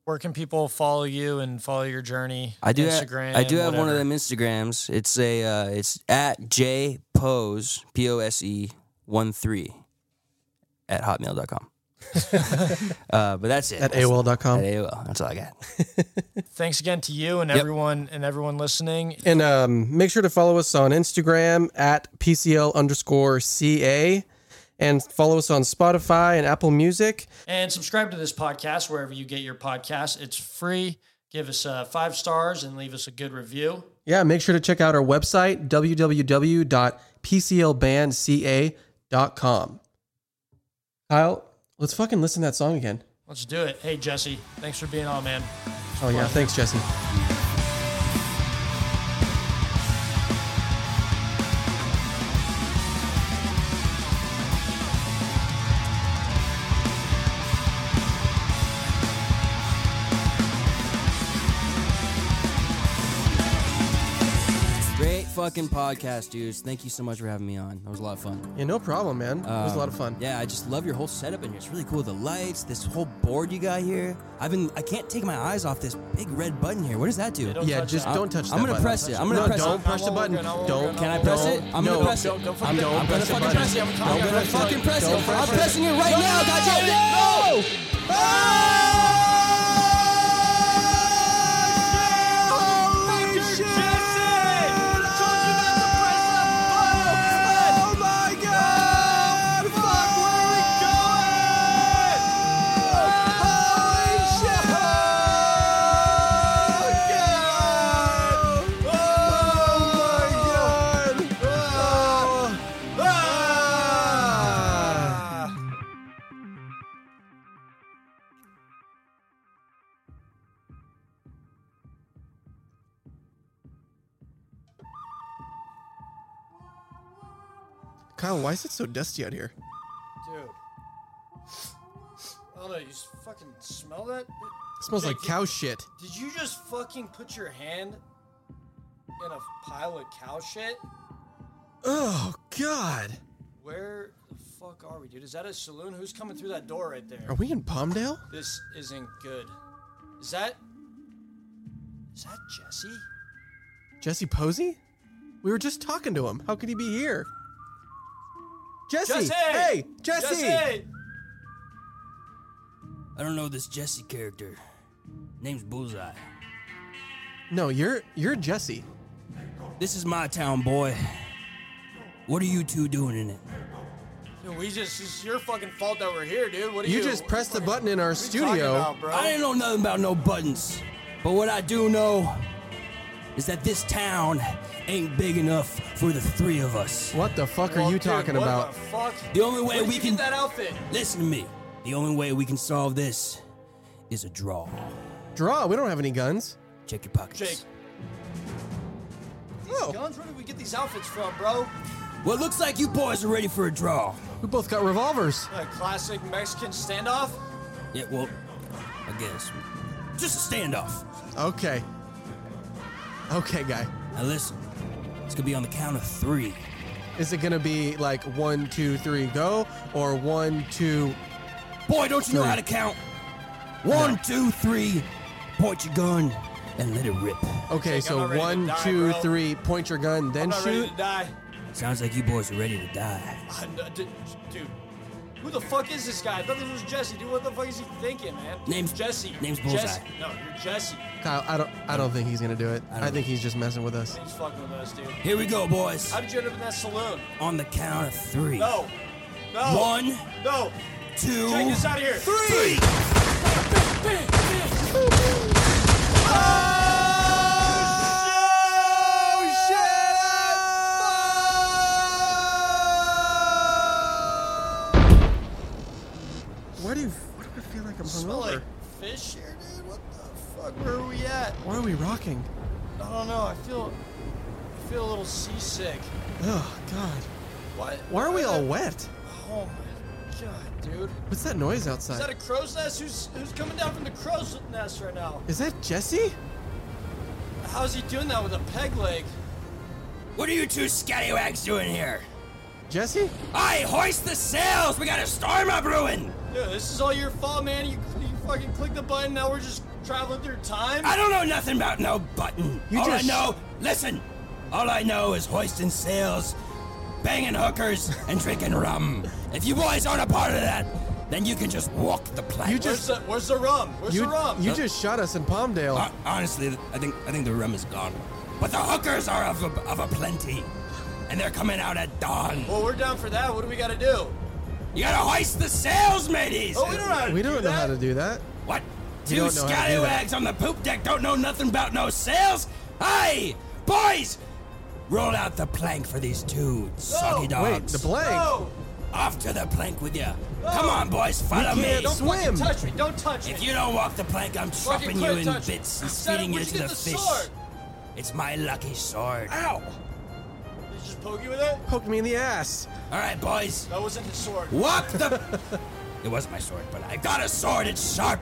[SPEAKER 3] where can people follow you and follow your journey?
[SPEAKER 4] I do.
[SPEAKER 3] Instagram.
[SPEAKER 4] Have, I do have one of
[SPEAKER 3] whatever.
[SPEAKER 4] them Instagrams. It's a uh, it's at j pose p o s e one three at hotmail.com. uh, but that's it.
[SPEAKER 1] At
[SPEAKER 4] That's- At
[SPEAKER 1] AOL.com.
[SPEAKER 4] AOL. That's all I got.
[SPEAKER 3] Thanks again to you and everyone and everyone listening.
[SPEAKER 1] And um, make sure to follow us on Instagram at PCL underscore CA and follow us on Spotify and Apple Music.
[SPEAKER 3] And subscribe to this podcast wherever you get your podcast. It's free. Give us uh, five stars and leave us a good review.
[SPEAKER 1] Yeah, make sure to check out our website, www.pclbandca.com. Kyle, let's fucking listen to that song again.
[SPEAKER 3] Let's do it. Hey Jesse, thanks for being on, man.
[SPEAKER 1] Oh, yeah. Thanks, Jesse.
[SPEAKER 2] Thank
[SPEAKER 4] fucking podcast, dudes. Thank you so much for having me on. That was a lot of fun.
[SPEAKER 1] Yeah, no problem, man. it was a lot of fun.
[SPEAKER 4] Yeah, I just love your whole setup in here. It's really cool. The lights, this whole board you got here. I've been I can't take my eyes off this big red button here. What does that do?
[SPEAKER 3] It'll- Don't
[SPEAKER 1] Yeah,
[SPEAKER 3] touch
[SPEAKER 1] just
[SPEAKER 3] that.
[SPEAKER 1] don't touch
[SPEAKER 4] I'm
[SPEAKER 1] that
[SPEAKER 4] gonna
[SPEAKER 1] button.
[SPEAKER 4] press it. I'm gonna
[SPEAKER 1] no,
[SPEAKER 4] press it.
[SPEAKER 1] don't press
[SPEAKER 3] I
[SPEAKER 1] the
[SPEAKER 3] won't
[SPEAKER 1] button.
[SPEAKER 3] look at it. I won't
[SPEAKER 1] Don't.
[SPEAKER 3] look at
[SPEAKER 4] Can I press
[SPEAKER 1] don't.
[SPEAKER 4] it? I'm
[SPEAKER 1] No.
[SPEAKER 4] gonna press it.
[SPEAKER 3] Don't- don't
[SPEAKER 4] I'm, I'm
[SPEAKER 3] fucking- don't
[SPEAKER 4] gonna
[SPEAKER 3] press the
[SPEAKER 4] fucking
[SPEAKER 3] button.
[SPEAKER 4] press it.
[SPEAKER 3] I'm
[SPEAKER 4] I'm gonna
[SPEAKER 3] pressing it.
[SPEAKER 4] fucking press it.
[SPEAKER 1] Don't press it.
[SPEAKER 4] I'm pressing it right now, goddamn. No!
[SPEAKER 1] Kyle, why is it so dusty out here?
[SPEAKER 3] Dude. I don't know. You s- fucking smell that?
[SPEAKER 1] It smells like cow shit.
[SPEAKER 3] Did you just fucking put your hand in a pile of cow shit?
[SPEAKER 1] Oh God.
[SPEAKER 3] Where the fuck are we, dude? Is that a saloon? Who's coming through that door right there?
[SPEAKER 1] Are we in Palmdale?
[SPEAKER 3] This isn't good. Is that. Is that Jesse?
[SPEAKER 1] Jesse Posey? We were just talking to him. How could he be here? Jesse!
[SPEAKER 3] Jesse!
[SPEAKER 1] Hey, Jesse!
[SPEAKER 3] Jesse!
[SPEAKER 4] I don't know this Jesse character. Name's Bullseye.
[SPEAKER 1] No, you're you're Jesse.
[SPEAKER 4] This is my town, boy. What are you two doing in it?
[SPEAKER 3] Dude, we just. It's your fucking fault that we're here, dude. What are you.
[SPEAKER 1] You just pressed the button in our
[SPEAKER 3] what are you talking
[SPEAKER 1] studio.
[SPEAKER 3] about, bro?
[SPEAKER 4] I didn't know nothing about no buttons. But what I do know is that this town ain't big enough for the three of us.
[SPEAKER 1] What the fuck are
[SPEAKER 3] Well,
[SPEAKER 1] you
[SPEAKER 3] dude,
[SPEAKER 1] talking
[SPEAKER 3] what
[SPEAKER 1] about?
[SPEAKER 3] The, fuck?
[SPEAKER 4] The only way
[SPEAKER 3] Where did
[SPEAKER 4] we
[SPEAKER 3] you
[SPEAKER 4] can-
[SPEAKER 3] get that outfit.
[SPEAKER 4] Listen to me. The only way we can solve this is a draw.
[SPEAKER 1] Draw, we don't have any guns.
[SPEAKER 4] Check your pockets.
[SPEAKER 3] Jake.
[SPEAKER 1] Oh.
[SPEAKER 3] Guns, where did we get these outfits from, bro?
[SPEAKER 4] Well, it looks like you boys are ready for a draw.
[SPEAKER 1] We both got revolvers.
[SPEAKER 3] A classic Mexican standoff?
[SPEAKER 4] Yeah, well, I guess. Just a standoff.
[SPEAKER 1] Okay. Okay, guy.
[SPEAKER 4] Now listen, it's gonna be on the count of three.
[SPEAKER 1] Is it gonna be like one, two, three, go? Or one, two
[SPEAKER 4] Boy, don't you know how to count? One, two, three. Point your gun and let it rip.
[SPEAKER 1] Okay,
[SPEAKER 3] Jake, I'm
[SPEAKER 1] so
[SPEAKER 3] not ready to
[SPEAKER 1] one,
[SPEAKER 3] die,
[SPEAKER 1] two, three.
[SPEAKER 3] bro.
[SPEAKER 1] point your gun, then
[SPEAKER 3] I'm not
[SPEAKER 1] shoot.
[SPEAKER 3] ready to die.
[SPEAKER 4] Sounds like you boys are ready to die.
[SPEAKER 3] I kn- d- dude, who the fuck is this guy? I thought this was Jesse. Dude, what the fuck is he thinking, man?
[SPEAKER 4] Name's-
[SPEAKER 3] Jesse.
[SPEAKER 4] name's
[SPEAKER 3] Jesse.
[SPEAKER 4] Bullseye.
[SPEAKER 3] No, you're Jesse.
[SPEAKER 1] Kyle, I don't I don't think he's gonna do it. I,
[SPEAKER 4] don't
[SPEAKER 1] think he's just messing with us.
[SPEAKER 3] He's fucking with us, dude.
[SPEAKER 4] Here we go, boys.
[SPEAKER 3] How did you end up in that saloon?
[SPEAKER 4] On the count of three.
[SPEAKER 3] No. No.
[SPEAKER 4] One,
[SPEAKER 3] No.
[SPEAKER 4] two,
[SPEAKER 3] Take this out of here.
[SPEAKER 4] three.
[SPEAKER 1] Why do you why do I feel like I'm
[SPEAKER 3] Smell like
[SPEAKER 1] hungover?
[SPEAKER 3] fish here, dude. What the fuck? Where are we at?
[SPEAKER 1] Why are we rocking?
[SPEAKER 3] I don't know. I feel, I feel a little seasick.
[SPEAKER 1] Oh god.
[SPEAKER 3] Why?
[SPEAKER 1] Why are we all wet?
[SPEAKER 3] Oh my god, dude.
[SPEAKER 1] What's that noise
[SPEAKER 3] Is that
[SPEAKER 1] outside?
[SPEAKER 3] a crow's nest? Who's who's coming down from the crow's nest right now?
[SPEAKER 1] Is that Jesse?
[SPEAKER 3] How's he doing that with a peg leg?
[SPEAKER 4] What are you two scallywags doing here?
[SPEAKER 1] Jesse?
[SPEAKER 4] I hoist the sails. We got a storm up brewing.
[SPEAKER 3] Dude, this is all your fault, man. You, you fucking click the button. Now we're just traveling through time.
[SPEAKER 4] I don't know nothing about no button.
[SPEAKER 1] You
[SPEAKER 4] all
[SPEAKER 1] just-
[SPEAKER 4] I know, listen. All I know is hoisting sails, banging hookers, and drinking rum. If you boys aren't a part of that, then you can just walk the planet.
[SPEAKER 1] You just-
[SPEAKER 3] Where's the Where's the rum? Where's
[SPEAKER 1] You
[SPEAKER 3] the rum?
[SPEAKER 1] you just shot us in Palmdale.
[SPEAKER 4] Hon- honestly, I think I think the rum is gone. But the hookers are of a, of a plenty, and they're coming out at dawn.
[SPEAKER 3] well, we're down for that. What do we gotta do?
[SPEAKER 4] You gotta hoist the sails, mateys.
[SPEAKER 3] Oh, we don't know how to
[SPEAKER 1] we
[SPEAKER 3] do
[SPEAKER 1] don't know
[SPEAKER 3] that.
[SPEAKER 1] how to do that.
[SPEAKER 4] What?
[SPEAKER 1] You
[SPEAKER 4] Two
[SPEAKER 1] don't know how to do that.
[SPEAKER 4] scallywags on the poop deck don't know nothing about no sails? Hey, boys! Roll out the plank for these two soggy
[SPEAKER 1] Wait,
[SPEAKER 4] dogs.
[SPEAKER 1] the blank.
[SPEAKER 3] No,
[SPEAKER 4] Off to the plank with you. Come on, boys, follow me.
[SPEAKER 1] can't
[SPEAKER 3] don't
[SPEAKER 1] Swim.
[SPEAKER 3] fucking touch me. Don't touch me.
[SPEAKER 4] If you don't walk the plank, I'm
[SPEAKER 3] Fucking
[SPEAKER 4] chopping
[SPEAKER 3] quit
[SPEAKER 4] you in
[SPEAKER 3] touching me.
[SPEAKER 4] bits and
[SPEAKER 3] Son,
[SPEAKER 4] feeding you
[SPEAKER 3] where'd
[SPEAKER 4] to
[SPEAKER 3] you
[SPEAKER 4] the,
[SPEAKER 3] get the
[SPEAKER 4] fish.
[SPEAKER 3] sword?
[SPEAKER 4] It's my lucky sword.
[SPEAKER 1] Ow!
[SPEAKER 3] Did he just poke you with it?
[SPEAKER 1] Poked me in the ass.
[SPEAKER 4] All right, boys,
[SPEAKER 3] That wasn't his sword.
[SPEAKER 4] walk the. it wasn't my sword, but I got a sword. It's sharp,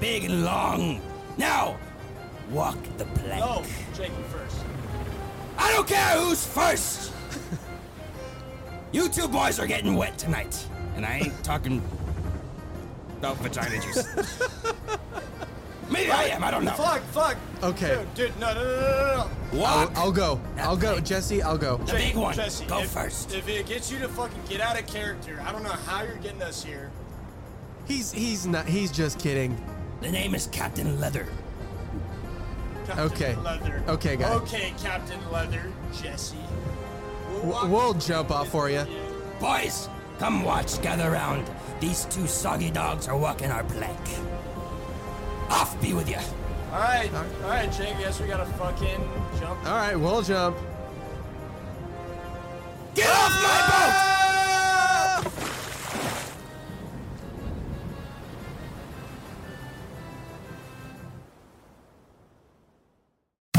[SPEAKER 4] big and long. Now, walk the plank.
[SPEAKER 3] No, Jake you first.
[SPEAKER 4] I don't care who's first. you two boys are getting wet tonight, and I ain't talking about vagina juice. Maybe I am. I don't know.
[SPEAKER 3] Fuck, fuck.
[SPEAKER 1] Okay,
[SPEAKER 3] Dude, dude, no, no, no, no, no, no.
[SPEAKER 1] I'll,
[SPEAKER 4] Walk
[SPEAKER 1] I'll go. I'll go,
[SPEAKER 4] Nothing.
[SPEAKER 1] Jesse. I'll go.
[SPEAKER 4] the big one.
[SPEAKER 3] Jesse,
[SPEAKER 4] Go
[SPEAKER 3] if,
[SPEAKER 4] first.
[SPEAKER 3] If it gets you to fucking get out of character, I don't know how you're getting us here.
[SPEAKER 1] He's he's not. He's just kidding.
[SPEAKER 4] The name is Captain Leather.
[SPEAKER 3] Captain
[SPEAKER 1] Okay.
[SPEAKER 3] Leather.
[SPEAKER 1] Okay, got it.
[SPEAKER 3] Okay, Captain Leather, Jesse. We'll walk
[SPEAKER 1] W-
[SPEAKER 3] you
[SPEAKER 1] we'll
[SPEAKER 3] through
[SPEAKER 1] jump
[SPEAKER 3] this
[SPEAKER 1] off for you.
[SPEAKER 3] shit.
[SPEAKER 4] Boys, come watch. Gather round. These two soggy dogs are walking our plank. Off be with you.
[SPEAKER 3] All right, all right, Jake. I guess we gotta fucking jump.
[SPEAKER 1] All right, we'll jump.
[SPEAKER 4] Get off my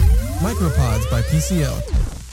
[SPEAKER 4] boat!
[SPEAKER 1] Micropods by PCL.